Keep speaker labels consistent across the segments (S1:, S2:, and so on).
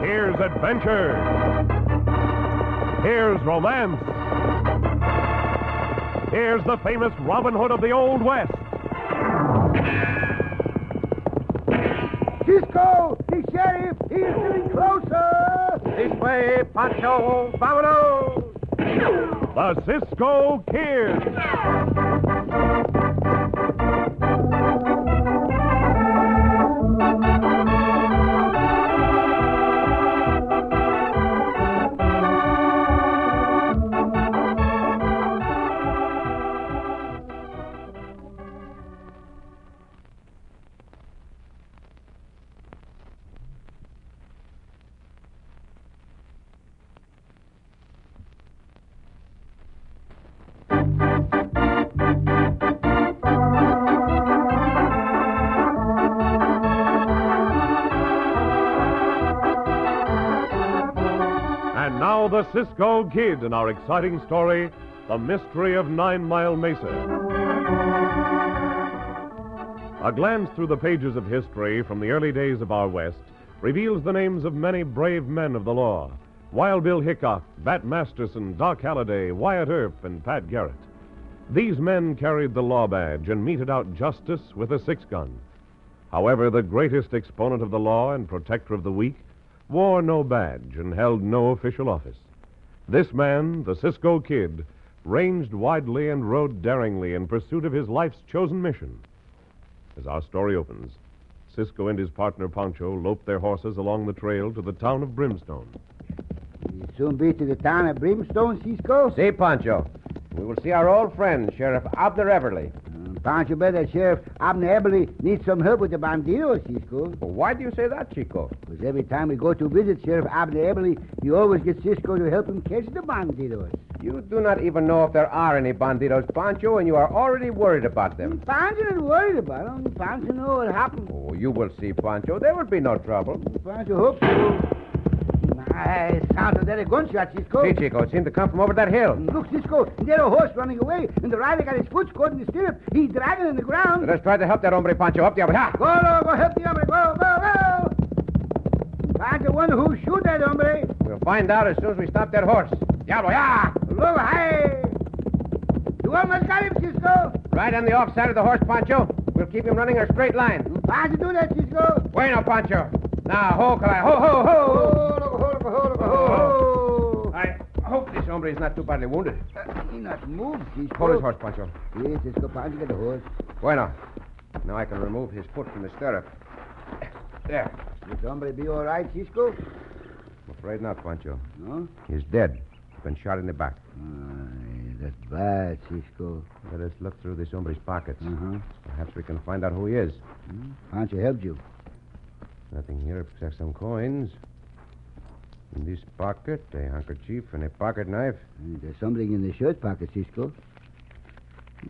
S1: Here's adventure. Here's romance. Here's the famous Robin Hood of the Old West.
S2: Cisco, the sheriff, he is getting closer.
S3: This way, Pancho. Vámonos.
S1: The Cisco Kid. And now the Cisco Kid in our exciting story, The Mystery of Nine Mile Mesa. A glance through the pages of history from the early days of our West reveals the names of many brave men of the law. Wild Bill Hickok, Bat Masterson, Doc Halliday, Wyatt Earp, and Pat Garrett. These men carried the law badge and meted out justice with a six gun. However, the greatest exponent of the law and protector of the weak wore no badge and held no official office. This man, the Cisco Kid, ranged widely and rode daringly in pursuit of his life's chosen mission. As our story opens, Cisco and his partner Pancho loped their horses along the trail to the town of Brimstone.
S2: We'll soon be to the town of Brimstone, Cisco.
S3: See, Pancho. We will see our old friend, Sheriff Abner Everly.
S2: Mm, Pancho better, Sheriff Abner Eberly needs some help with the bandidos, Cisco.
S3: Well, why do you say that, Chico?
S2: Because every time we go to visit Sheriff Abner Eberly, he always gets Cisco to help him catch the bandidos.
S3: You do not even know if there are any bandidos, Pancho, and you are already worried about them.
S2: Pancho not worried about him. Pancho know what happened.
S3: Oh, you will see, Pancho. There will be no trouble.
S2: Pancho hopes so. My, sound of that gunshot, Cisco.
S3: See, Chico, it seemed to come from over that hill.
S2: Look, Cisco, there's a horse running away, and the rider got his foot caught in the stirrup. He's dragging in the ground.
S3: Let's try to help that hombre, Pancho. Up the other. Ha!
S2: Go, no, go help the hombre. Go, go, go. Find the one who shoot that hombre.
S3: We'll find out as soon as we stop that horse. Diablo, yeah!
S2: Look, hey. You almost got him, Cisco.
S3: Right on the off side of the horse, Pancho. We'll keep him running a straight line.
S2: How'd you do that, Cisco?
S3: Bueno, Pancho. Now, ho, Kalai. Ho, ho, ho!
S2: Oh,
S3: I hope this hombre is not too badly wounded.
S2: uh, he not move, Cisco.
S3: Hold his horse, Pancho.
S2: Yes, Cisco, Pancho get the horse.
S3: Bueno. Now I can remove his foot from the stirrup. There.
S2: This hombre be all right, Cisco?
S3: I'm afraid not, Pancho.
S2: No?
S3: He's dead. He's been shot in the back.
S2: Ay, that's bad, Cisco.
S3: Let us look through this hombre's pockets.
S2: Uh-huh. Hmm?
S3: Perhaps we can find out who he is.
S2: Pancho helped you.
S3: Nothing here except some coins. In this pocket, a handkerchief and a pocket knife.
S2: Uh, There's something in the shirt pocket, Cisco.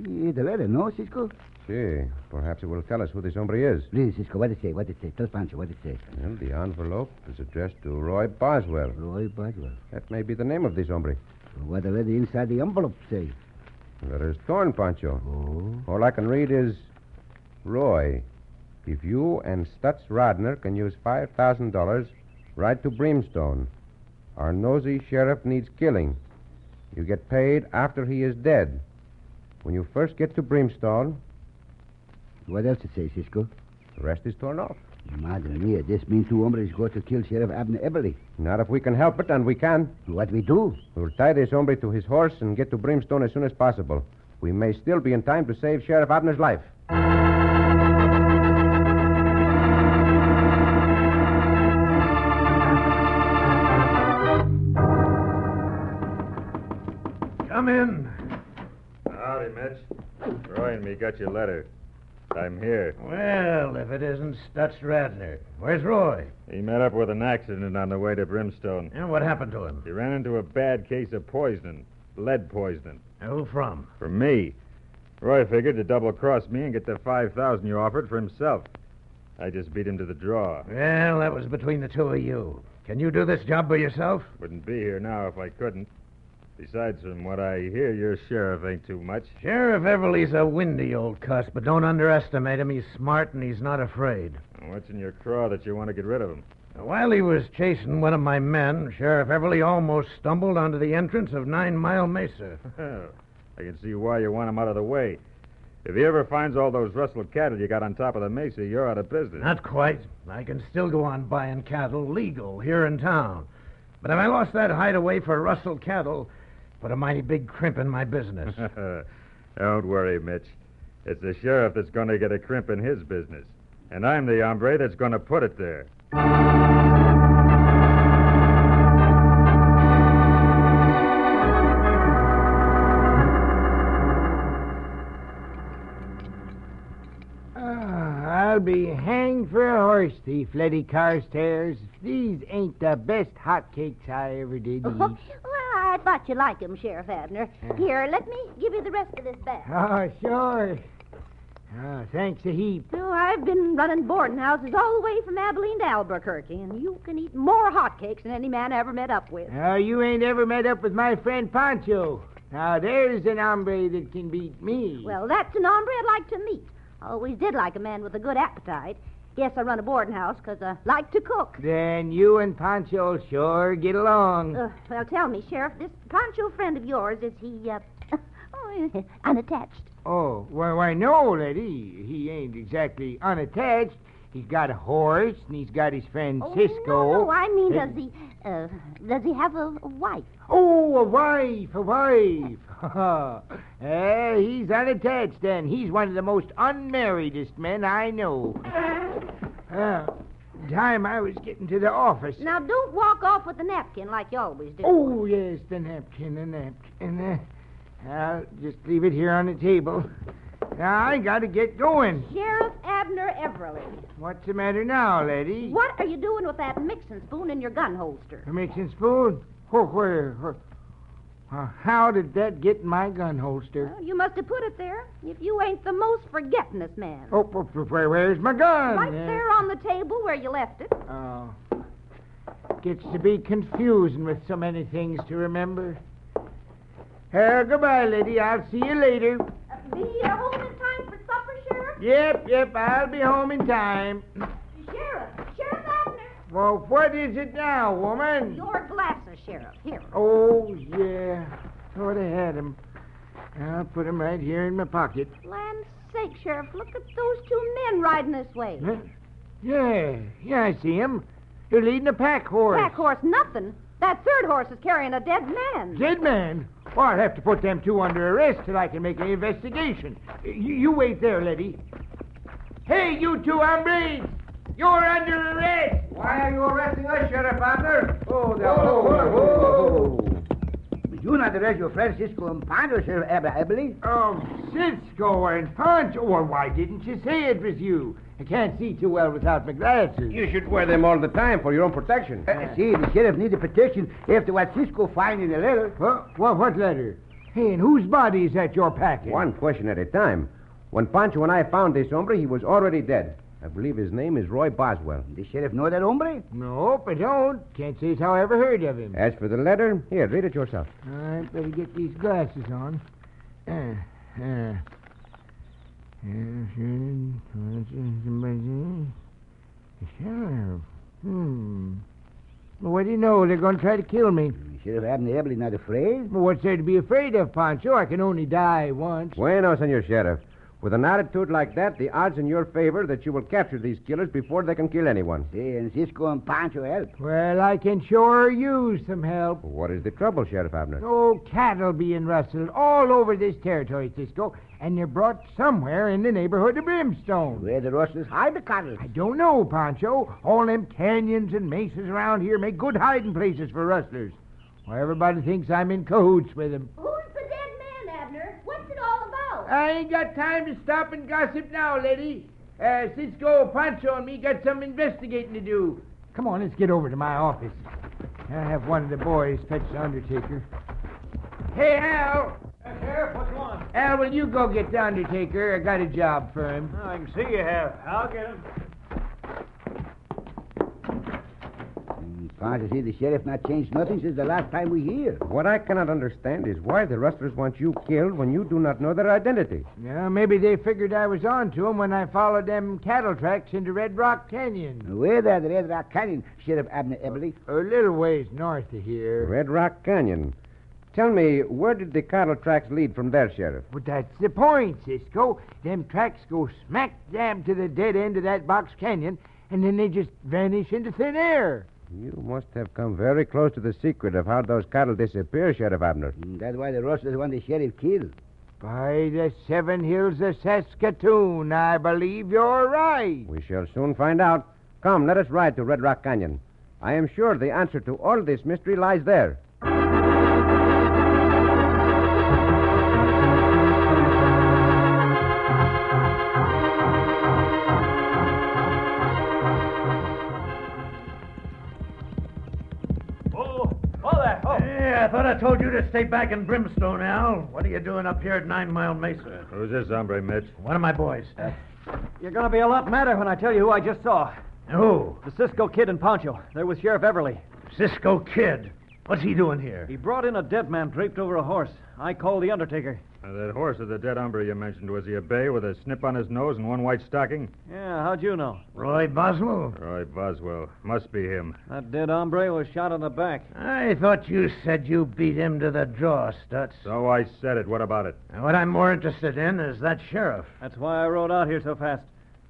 S2: Yeah, the letter, no, Cisco?
S3: See, perhaps it will tell us who this hombre is.
S2: Please, Cisco, what it say? What it say? Tell Pancho what it say.
S3: Well, the envelope is addressed to Roy Boswell.
S2: Roy Boswell.
S3: That may be the name of this hombre.
S2: What the letter inside the envelope say?
S3: The letter is torn, Pancho.
S2: Oh.
S3: All I can read is Roy, if you and Stutz Rodner can use $5,000, ride to Brimstone. Our nosy sheriff needs killing. You get paid after he is dead. When you first get to Brimstone,
S2: What else it say, Cisco?
S3: the rest is torn off.
S2: Madre mia, this means two hombres go to kill Sheriff Abner Eberly.
S3: Not if we can help it, and we can.
S2: What we do?
S3: We'll tie this hombre to his horse and get to Brimstone as soon as possible. We may still be in time to save Sheriff Abner's life.
S4: Come in. Howdy, Mitch. Roy and me got your letter. I'm here.
S5: Well, if it isn't Stutz Radner. Where's Roy?
S4: He met up with an accident on the way to Brimstone.
S5: And what happened to him?
S4: He ran into a bad case of poisoning, lead poisoning,
S5: Who from?
S4: for me. Roy figured to double cross me and get the 5000 you offered for himself. I just beat him to the draw.
S5: Well, that was between the two of you. Can you do this job by yourself?
S4: Wouldn't be here now if I couldn't. Besides, from what I hear, your sheriff ain't too much.
S5: Sheriff Everly's a windy old cuss, but don't underestimate him. He's smart and he's not afraid.
S4: What's in your craw that you want to get rid of him?
S6: While he was chasing one of my men, Sheriff Everly almost stumbled onto the entrance of Nine Mile Mesa.
S4: I can see why you want him out of the way. If he ever finds all those rustled cattle you got on top of the mesa, you're out of business.
S6: Not quite. I can still go on buying cattle legal here in town. But if I lost that hideaway for rustled cattle, put a mighty big crimp in my business.
S4: Don't worry, Mitch. It's the sheriff that's going to get a crimp in his business. And I'm the hombre that's going to put it there.
S5: Ah, I'll be hanged for a horse thief, Letty Carstairs. These ain't the best hotcakes I ever did
S7: well,
S5: eat.
S7: Oh, I thought you liked him, Sheriff Abner. Here, let me give you the rest of this back.
S5: oh, sure. Oh, thanks a heap.
S7: Oh, I've been running boarding houses all the way from Abilene to Albuquerque, and you can eat more hotcakes than any man I ever met up with.
S5: Now, Ah, you ain't ever met up with my friend Pancho. Now, there's an hombre that can beat me.
S7: Well, that's an hombre I'd like to meet. I always did like a man with a good appetite. Guess I run a boarding house 'cause I like to cook.
S5: Then you and Pancho sure get along.
S7: Uh, well, tell me, Sheriff, this Pancho friend of yours, is he, uh, oh, unattached?
S5: Oh, why, why, no, lady. He ain't exactly unattached. He's got a horse, and he's got his friend
S7: Oh,
S5: Cisco.
S7: No, no, I mean,
S5: Uh,
S7: does he, uh, does he have a, a wife?
S5: Oh, a wife, a wife. Eh, he's unattached, then. He's one of the most unmarriedest men I know. Uh, time I was getting to the office.
S7: Now, don't walk off with a napkin like you always do.
S5: Oh, yes, the napkin, the napkin. Uh, I'll just leave it here on the table. Now, I gotta get going.
S7: Sheriff Abner Everly,
S5: What's the matter now, lady?
S7: what are you doing with that mixing spoon in your gun holster?
S5: A mixing spoon? Oh, where? where- Uh, how did that get in my gun holster?
S7: Well, you must have put it there. If you ain't the most forgetfulness man.
S5: Oh, wh- wh- where, where's my gun?
S7: Right
S5: Uh,
S7: there on the table where you left it.
S5: Oh. Gets to be confusing with so many things to remember. Uh, goodbye, lady. I'll see you later.
S7: Uh, be uh, home in time for supper, Sheriff?
S5: Yep, yep, I'll be home in time.
S7: Sheriff, Sheriff Abner,
S5: Well, what is it now, woman?
S7: your glasses, Sheriff. Here.
S5: Oh, yeah. Thought I had 'em. I'll put 'em right here in my pocket.
S7: Land's sake, Sheriff, look at those two men riding this way.
S5: Huh? Yeah, yeah, I see 'em. They're leading a pack horse.
S7: Pack horse, nothing. That third horse is carrying a dead man.
S5: Dead man. Well, I'll have to put them two under arrest till I can make an investigation. You, you wait there, lady. Hey, you two hombres! You're under arrest! Why are you arresting us, Sheriff Abner? Oh, the...
S8: Whoa, whoa, whoa.
S5: You not arrest your friend Cisco and Pancho, Sheriff Abner, Oh, Cisco and Pancho? Well, why didn't you say it was you? I can't see too well without my glasses.
S8: You should wear them all the time for your own protection.
S2: Uh,
S5: See, the sheriff needs a petition after what Cisco find in the letter. What, what, what letter? Hey, and whose body is at your package?
S8: One question at a time. When Pancho and I found this hombre, he was already dead. I believe his name is Roy Boswell.
S5: The sheriff know that hombre? Nope, I don't. Can't say as how I ever heard of him.
S8: As for the letter, here, read it yourself.
S5: I better get these glasses on. Uh, uh. hmm. Sheriff. Hmm. Well, what do you know? They're going to try to kill me.
S2: Sheriff Abner Eberly not afraid?
S5: Well, what's there to be afraid of, Pancho? I can only die once.
S8: Bueno, senor sheriff. With an attitude like that, the odds in your favor that you will capture these killers before they can kill anyone.
S2: Say, and Cisco and Pancho help.
S5: Well, I can sure use some help.
S8: What is the trouble, Sheriff Abner?
S5: Oh, cattle being rustled all over this territory, Cisco, and they're brought somewhere in the neighborhood of Brimstone.
S2: Where the rustlers hide the cattle.
S5: I don't know, Pancho. All them canyons and mesas around here make good hiding places for rustlers. Well, everybody thinks I'm in cahoots with 'em.
S7: Who's the dead man, Abner? What's it all about?
S5: I ain't got time to stop and gossip now, lady. Uh, Cisco, Pancho, and me got some investigating to do. Come on, let's get over to my office. I'll have one of the boys fetch the undertaker. Hey, Al!
S6: Sheriff, what's wrong?
S5: Al, will you go get the undertaker? I got a job for him.
S6: I can see you have. I'll get him.
S2: Hard to see Mm, the sheriff not changed nothing since the last time we here.
S8: What I cannot understand is why the rustlers want you killed when you do not know their identity.
S5: Yeah, maybe they figured I was on to 'em when I followed them cattle tracks into Red Rock Canyon.
S2: Where there, the Red Rock Canyon, Sheriff Abner Eberly.
S5: A little ways north of here.
S8: Red Rock Canyon. Tell me, where did the cattle tracks lead from there, Sheriff?
S5: But that's the point, Cisco. Them tracks go smack dab to the dead end of that box canyon, and then they just vanish into thin air.
S8: You must have come very close to the secret of how those cattle disappear, Sheriff Abner.
S2: Mm, That's why the rustlers want the sheriff killed.
S5: By the seven hills of Saskatoon, I believe you're right.
S8: We shall soon find out. Come, let us ride to Red Rock Canyon. I am sure the answer to all this mystery lies there.
S5: Oh, oh, that, oh.
S6: Yeah, I thought I told you to stay back in Brimstone, Al. What are you doing up here at Nine Mile Mesa?
S4: Who's this hombre, Mitch?
S6: One of my boys.
S5: Uh.
S9: You're going to be a lot madder when I tell you who I just saw.
S6: Who?
S9: The Cisco Kid and Poncho. They're with Sheriff Everly.
S6: Cisco Kid. What's he doing here?
S9: He brought in a dead man draped over a horse. I called the undertaker.
S4: Uh, that horse of the dead hombre you mentioned, was he a bay with a snip on his nose and one white stocking?
S9: Yeah, how'd you know?
S6: Roy Boswell?
S4: Roy Boswell. Must be him.
S9: That dead hombre was shot in the back.
S6: I thought you said you beat him to the draw, Stutz.
S4: So I said it. What about it?
S6: Now, what I'm more interested in is that sheriff.
S9: That's why I rode out here so fast.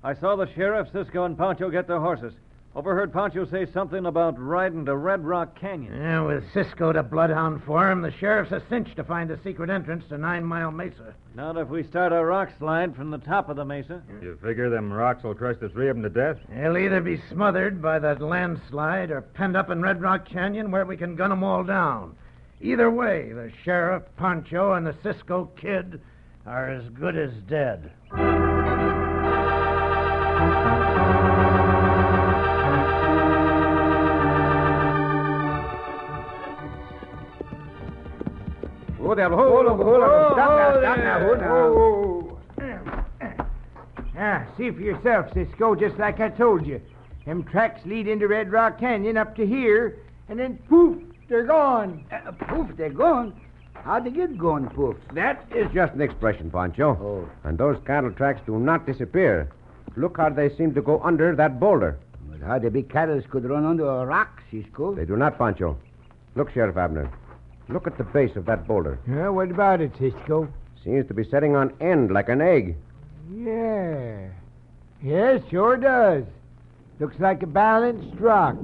S9: I saw the sheriff, Cisco, and Poncho get their horses. Overheard Poncho say something about riding to Red Rock Canyon.
S6: Yeah, with Cisco to bloodhound for him, the sheriff's a cinch to find a secret entrance to Nine Mile Mesa.
S9: Not if we start a rock slide from the top of the mesa.
S4: You figure them rocks will crush the three of them to death?
S6: He'll either be smothered by that landslide or penned up in Red Rock Canyon where we can gun 'em all down. Either way, the sheriff, Poncho, and the Cisco kid are as good as dead.
S8: Hold up, hold up, hold
S5: Oh,
S2: now,
S5: oh,
S2: stop
S5: there.
S2: now, hold now.
S5: Whoa, whoa, whoa. Ah, see for yourself, Cisco, just like I told you. Them tracks lead into Red Rock Canyon up to here, and then poof, they're gone.
S2: Uh, poof, they're gone. How'd they get gone, poof?
S5: That is.
S8: It's just an expression, Pancho.
S2: Oh.
S8: And those cattle tracks do not disappear. Look how they seem to go under that boulder.
S2: But how the big cattle could run under a rock, Cisco.
S8: They do not, Pancho. Look, Sheriff Abner. Look at the base of that boulder.
S5: Yeah, what about it, Cisco?
S8: Seems to be setting on end like an egg.
S5: Yeah. Yes, sure does. Looks like a balanced rock.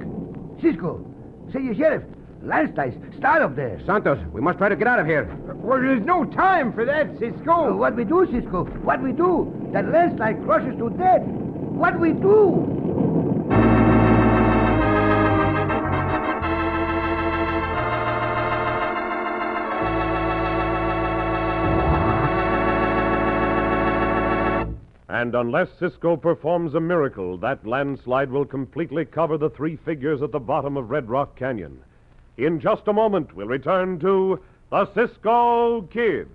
S2: Cisco, say you sheriff. Landslide, start up there.
S8: Santos, we must try to get out of here.
S5: Well, there's no time for that,
S2: Uh,
S5: Cisco.
S2: What we do, Cisco? What we do? That landslide crushes to death. What we do?
S3: And unless Cisco performs a miracle, that landslide will completely cover the three figures at the bottom of Red Rock Canyon. In just a moment, we'll return to the Cisco Kid.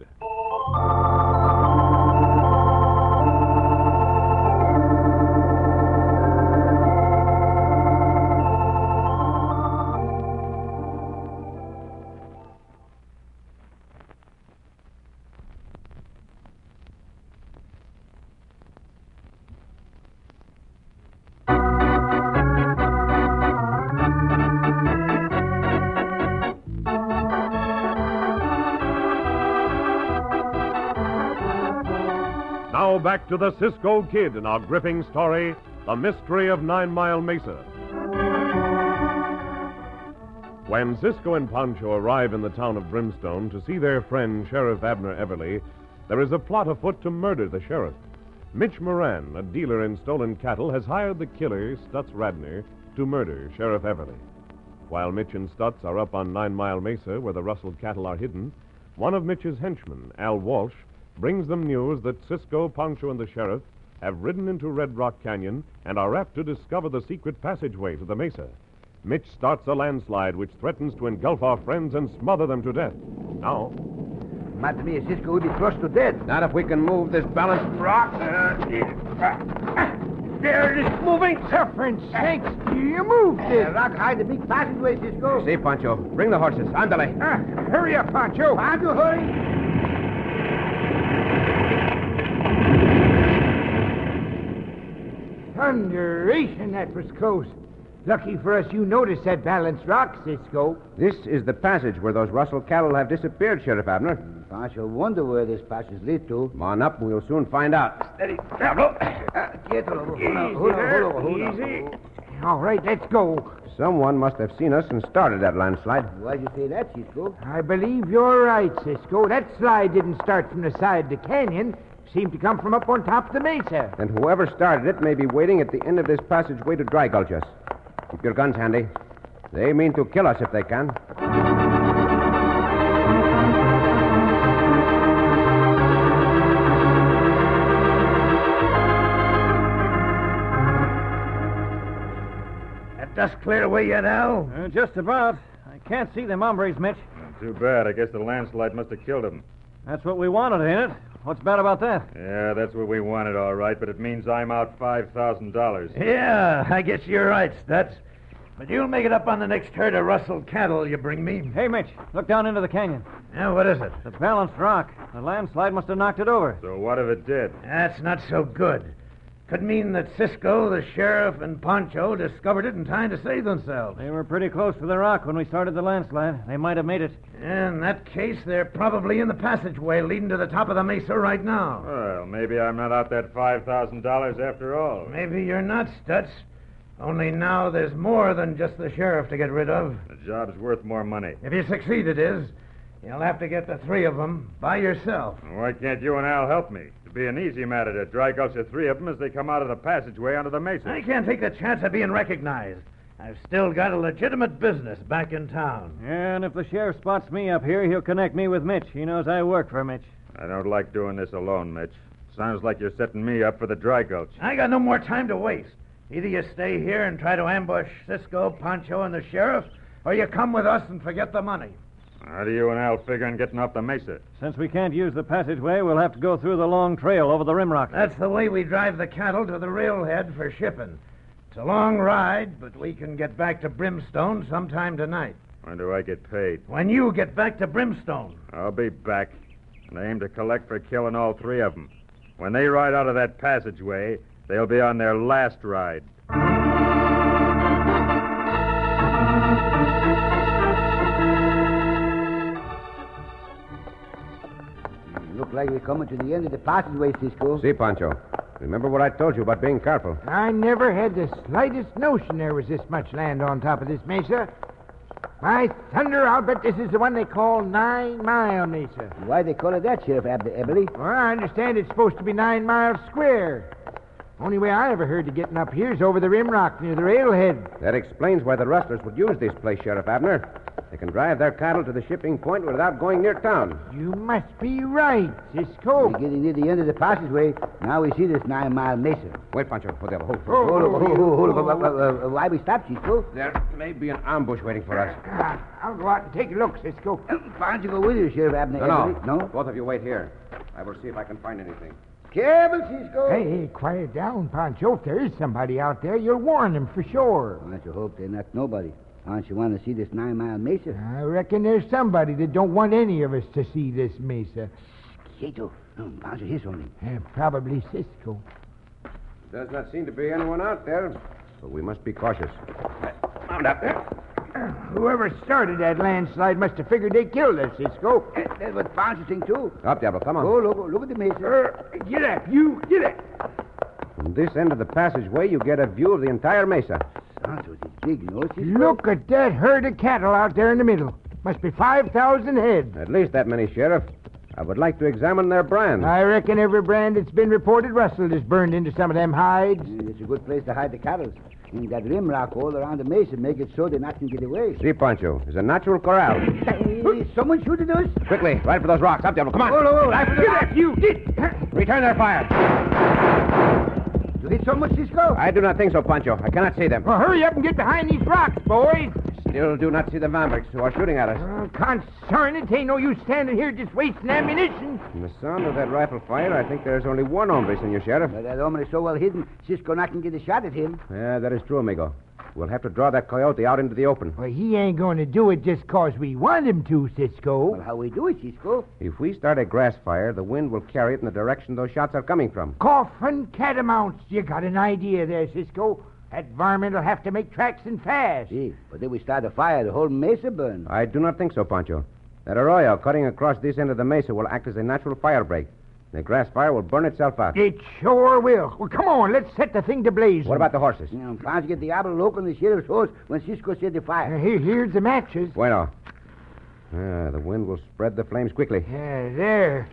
S3: Now back to the Cisco Kid and our gripping story The Mystery of Nine Mile Mesa. When Cisco and Pancho arrive in the town of Brimstone to see their friend Sheriff Abner Everly, there is a plot afoot to murder the sheriff. Mitch Moran, a dealer in stolen cattle, has hired the killer, Stutz Radner, to murder Sheriff Everly. While Mitch and Stutz are up on Nine Mile Mesa, where the rustled cattle are hidden, one of Mitch's henchmen, Al Walsh, brings them news that Cisco, Poncho, and the sheriff have ridden into Red Rock Canyon and are apt to discover the secret passageway to the mesa. Mitch starts a landslide which threatens to engulf our friends and smother them to death. Now,
S2: Matter me, Cisco will be crushed to death.
S8: Not if we can move this balanced rock. Uh,
S5: there it is moving. Serpent sakes, you moved it.
S2: rock hide the big passageway, Cisco.
S8: See, Pancho, bring the horses. Andale.
S5: Ah, hurry up, Pancho.
S2: Pancho, hurry.
S5: Thunderation, that was close. Lucky for us you noticed that balanced rock, Cisco.
S8: This is the passage where those Russell cattle have disappeared, Sheriff Abner.
S2: Pancho, wonder where this passage lead to.
S8: Come on up, and we'll soon find out. Steady, Pablo.
S5: Easy. All right, let's go.
S8: Someone must have seen us and started that landslide.
S2: Why'd you say that, Cisco?
S5: I believe you're right, Cisco. That slide didn't start from the side of the canyon. Seemed to come from up on top of the mesa.
S8: And whoever started it may be waiting at the end of this passageway to dry gulch us. Keep your guns handy. They mean to kill us if they can.
S6: That dust cleared away yet, Al?
S9: Uh, just about. I can't see them hombres, Mitch.
S4: Too bad. I guess the landslide must have killed him.
S9: That's what we wanted, ain't it? What's bad about that?
S4: Yeah, that's what we wanted, all right, but it means I'm out $5,000.
S6: Yeah, I guess you're right, Stutz. But you'll make it up on the next herd of rustled cattle you bring me.
S9: Hey, Mitch, look down into the canyon.
S6: Yeah, what is it?
S9: The balanced rock. The landslide must have knocked it over.
S4: So what if it did?
S6: That's not so good. Could mean that Cisco, the sheriff, and Poncho discovered it in time to save themselves.
S9: They were pretty close to the rock when we started the landslide. They might have made it.
S6: In that case, they're probably in the passageway leading to the top of the mesa right now.
S4: Well, maybe I'm not out that $5,000 after all.
S6: Maybe you're not, Stutz. Only now there's more than just the sheriff to get rid of.
S4: The job's worth more money.
S6: If you succeed, it is. You'll have to get the three of them by yourself.
S4: Why can't you and Al help me? It'd be an easy matter to drag out the three of them as they come out of the passageway onto the mesa.
S6: I can't take the chance of being recognized. I've still got a legitimate business back in town.
S9: And if the sheriff spots me up here, he'll connect me with Mitch. He knows I work for Mitch.
S4: I don't like doing this alone, Mitch. Sounds like you're setting me up for the dry gulch.
S6: I got no more time to waste. Either you stay here and try to ambush Cisco, Pancho, and the sheriff, or you come with us and forget the money.
S4: How do you and Al figure on getting up the mesa?
S9: Since we can't use the passageway, we'll have to go through the long trail over the rim rock.
S6: That's the way we drive the cattle to the railhead for shipping. It's a long ride, but we can get back to Brimstone sometime tonight.
S4: When do I get paid?
S6: When you get back to Brimstone,
S4: I'll be back, and I aim to collect for killing all three of them. When they ride out of that passageway, they'll be on their last ride.
S2: Look like we're coming to the end of the passageway, Cisco.
S8: See, Pancho. Remember what I told you about being careful.
S5: I never had the slightest notion there was this much land on top of this mesa. My thunder, I'll bet this is the one they call Nine Mile Mesa.
S2: Why they call it that, Sheriff Ab- Eberly?
S5: Well, I understand it's supposed to be nine miles square. Only way I ever heard of getting up here is over the rim rock near the railhead.
S8: That explains why the rustlers would use this place, Sheriff Abner. They can drive their cattle to the shipping point without going near town.
S5: You must be right,
S2: We're
S5: Cisco.
S2: getting near the end of the passageway. Now we see this nine-mile mesa.
S8: Wait, Pancho. Hold there. Hold.
S5: Oh,
S2: Hold up,
S5: oh,
S2: hold, hold, hold up.
S5: oh.
S2: Uh, uh, uh, Why we stop, Cisco?
S8: There may be an ambush waiting for us.
S5: Ah, I'll go out and take a look, Cisco.
S2: Why don't you Hmm, go with you, Sheriff Abner?
S8: No, no.
S2: Eberly? No?
S8: Both of you wait here. I will see if I can find anything.
S2: Careful, Cisco.
S5: Hey, hey, quiet down, Pancho. If there is somebody out there, you'll warn him for sure.
S2: Well, that's your hope they're not nobody. Aren't you want to see this nine-mile mesa?
S5: I reckon there's somebody that don't want any of us to see this mesa.
S2: Cato, no, Hmm, Pancho, here's something.
S5: Eh, probably Cisco.
S8: Does not seem to be anyone out there, so we must be cautious. Mount up there.
S5: Whoever started that landslide must have figured they killed us, Cisco.
S2: Eh, That's what Pancho think, too.
S8: Up, Diablo. Come on.
S2: Oh, look, look at the mesa.
S5: Er, get up, you, get up.
S8: From this end of the passageway, you get a view of the entire mesa.
S2: Pancho, it's big, no, Cisco?
S5: Look at that herd of cattle out there in the middle. Must be 5,000 head.
S8: At least that many, Sheriff. I would like to examine their brand.
S5: I reckon every brand that's been reported rustled is burned into some of them hides.
S2: Mm, It's a good place to hide the cattle. And that rim rock all around the mesa make it so they not can get away.
S8: See, Pancho, is a natural corral.
S2: Hey, someone shooting us?
S8: Quickly, right for those rocks. Up, Diablo. Come on.
S5: Get up, you, get.
S8: Return their fire.
S2: You hit someone, Cisco?
S8: I do not think so, Pancho. I cannot see them.
S5: Well, hurry up and get behind these rocks, boys.
S8: Still do not see the Mamluks who are shooting at us.
S5: Oh, concern it. Ain't no use standing here just wasting ammunition.
S8: From the sound of that rifle fire, I think there is only one hombre, Senor Sheriff.
S2: But that hombre is so well hidden, Cisco not can get a shot at him.
S8: Yeah, that is true, amigo. We'll have to draw that coyote out into the open.
S5: Well, he ain't going to do it just 'cause we want him to, Cisco.
S2: Well, how we do it, Cisco?
S8: If we start a grass fire, the wind will carry it in the direction those shots are coming from.
S5: Coffin catamounts. You got an idea there, Cisco. That varmint'll have to make tracks and fast.
S2: See, but then we start a fire, the whole mesa burn.
S8: I do not think so, Pancho. That arroyo cutting across this end of the mesa will act as a natural fire break. The grass fire will burn itself out.
S5: It sure will. Well, come on, let's set the thing to blaze.
S8: What about the horses?
S2: You know, Ponce get the apple look on the sheriff's horse when Cisco set the
S5: Uh,
S2: fire.
S5: here, here's the matches.
S8: Bueno. Ah, the wind will spread the flames quickly,
S5: Yeah, there.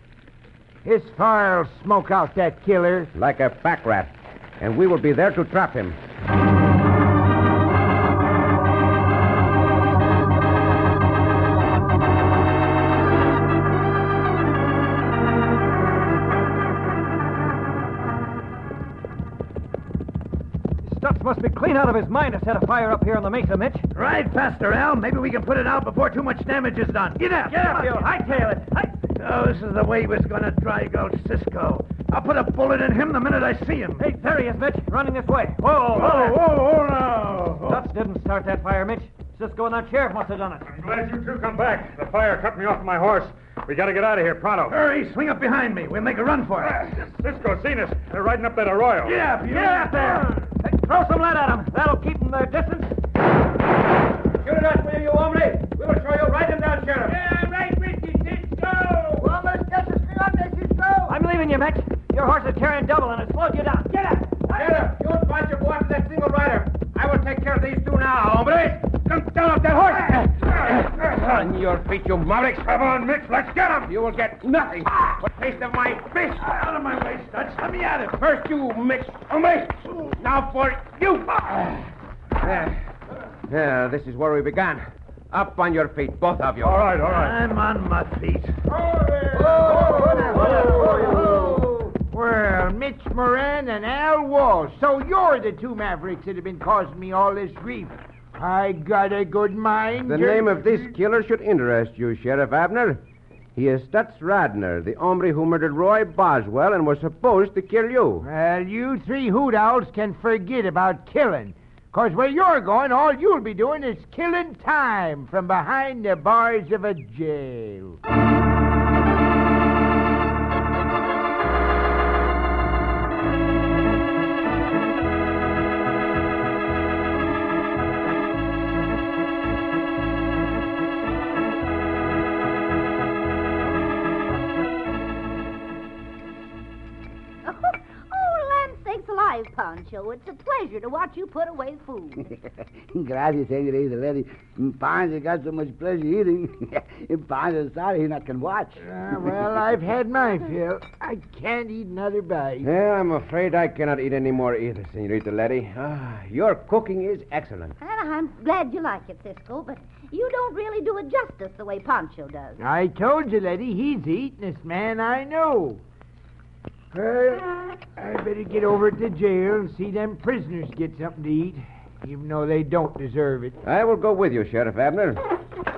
S5: This fire'll smoke out that killer.
S8: like a pack rat, and we will be there to trap him.
S9: Stutz must be clean out of his mind to set a fire up here on the mesa, Mitch.
S6: Ride faster, Al. Maybe we can put it out before too much damage is done. Get up. Get up, you. Hightail it. Oh, this is the way we're going to dry gulch Cisco. I'll put a bullet in him the minute I see him.
S9: Hey, there he is, Mitch, running this way. Whoa,
S4: Whoa, whoa, whoa, now!
S9: Stutz didn't start that fire, Mitch. Cisco and that sheriff must have done it.
S4: I'm glad you two come back. The fire cut me off my horse. We gotta get out of here pronto.
S6: Hurry, swing up behind me. We'll make a run for it.
S4: Cisco's seen us. They're riding up that arroyo.
S6: Get up, you. Get up there.
S9: Hey, throw some lead at him. That'll keep him their distance. Shoot at us, will you, you hombre? We will show you. Ride him down, sheriff.
S5: Yeah, right with you, Cisco.
S2: Almost got the string on there, Cisco!
S9: I'm leaving you, Mitch. Your horse is carrying double, and it slowed you down. Get up.
S5: Sheriff, you and Pancho go after that single rider. I will take care of these two now, hombre. Come down off that horse.
S8: On your feet, you Mavericks!
S4: Come on, Mitch, let's get him!
S8: You will get nothing but taste of my fish. Out of my way, Stutz. Let me at it. First you, Mitch. Hombre. Now for you. There. There, this is where we began. Up on your feet, both of you.
S4: All right, all right.
S6: I'm on my feet.
S5: Well, Mitch Moran and Al Walsh. So you're the two mavericks that have been causing me all this grief. I got a good mind.
S8: The
S5: to-
S8: name of this killer should interest you, Sheriff Abner. He is Stutz Radner, the hombre who murdered Roy Boswell and was supposed to kill you.
S5: Well, you three hoot owls can forget about killing. Because where you're going, all you'll be doing is killing time from behind the bars of a jail.
S7: Oh, land sakes alive, Pancho. It's a pleasure to watch you put away food.
S2: Gracias, senorita lady. Ponce got so much pleasure eating. Ponce is sorry he not can watch.
S5: Ah, well, I've had my fill. I can't eat another bite.
S8: Well, Eh, I'm afraid I cannot eat any more either, Senorita Letty. Ah, your cooking is excellent.
S7: and I'm glad you like it, Cisco, but you don't really do it justice the way Pancho does.
S5: I told you, Letty, he's the eatinest man I know. Well, I better get over to jail and see them prisoners get something to eat, even though they don't deserve it.
S8: I will go with you, Sheriff Abner.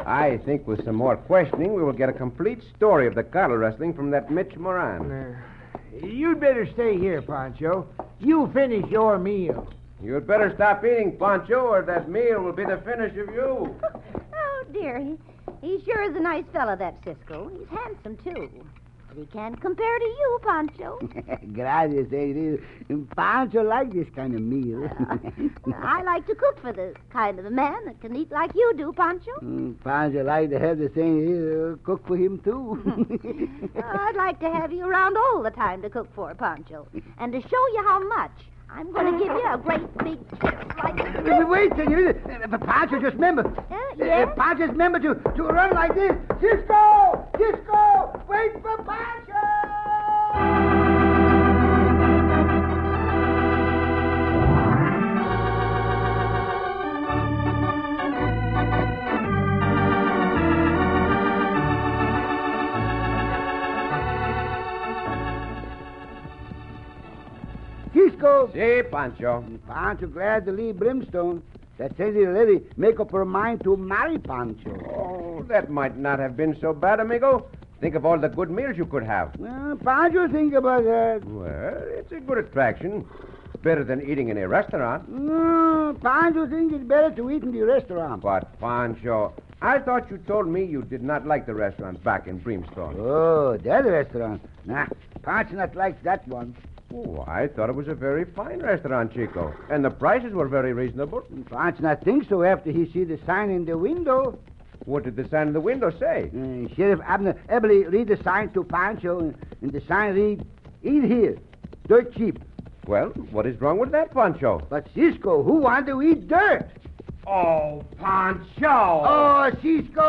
S8: I think with some more questioning, we will get a complete story of the cattle rustling from that Mitch Moran.
S5: Uh, you'd better stay here, Pancho. You finish your meal.
S8: You'd better stop eating, Pancho, or that meal will be the finish of you.
S7: Oh, dear. He, he sure is a nice fellow, that Cisco. He's handsome, too. But he can't compare to you, Pancho.
S2: Gracias, senorita. Ponce like this kind of meal.
S7: Uh, I like to cook for the kind of a man that can eat like you do, Pancho.
S2: Mm, Ponce like to have the senorita cook for him, too.
S7: Uh, I'd like to have you around all the time to cook for, Pancho. And to show you how much, I'm going to give you a great big kiss like
S2: Wait,
S7: this.
S2: wait, senorita. Uh, Pancho, just remember.
S7: Uh, yes?
S2: Uh, Pancho, just remember to, to run like this. Cisco! Cisco! Wait for Pancho!
S5: Cisco!
S8: See, Pancho.
S2: Pancho glad to leave Brimstone. That sexy lady make up her mind to marry Pancho.
S8: Oh, that might not have been so bad, amigo. Think of all the good meals you could have.
S2: Well, Pancho think about that.
S8: Well, it's a good attraction. Better than eating in a restaurant.
S2: No, Mm, Pancho think it's better to eat in the restaurant.
S8: But, Pancho, I thought you told me you did not like the restaurant back in Brimstone.
S2: Oh, that restaurant. Nah, Pancho not like that one.
S8: Oh, I thought it was a very fine restaurant, Chico. And the prices were very reasonable.
S2: Mm, Pancho not think so after he see the sign in the window.
S8: What did the sign in the window say?
S2: Uh, Sheriff Abner Eberly read the sign to Pancho, and, and the sign read, Eat here, dirt cheap.
S8: Well, what is wrong with that, Pancho?
S2: But Cisco, who want to eat dirt?
S10: Oh, Pancho!
S2: Oh, Cisco!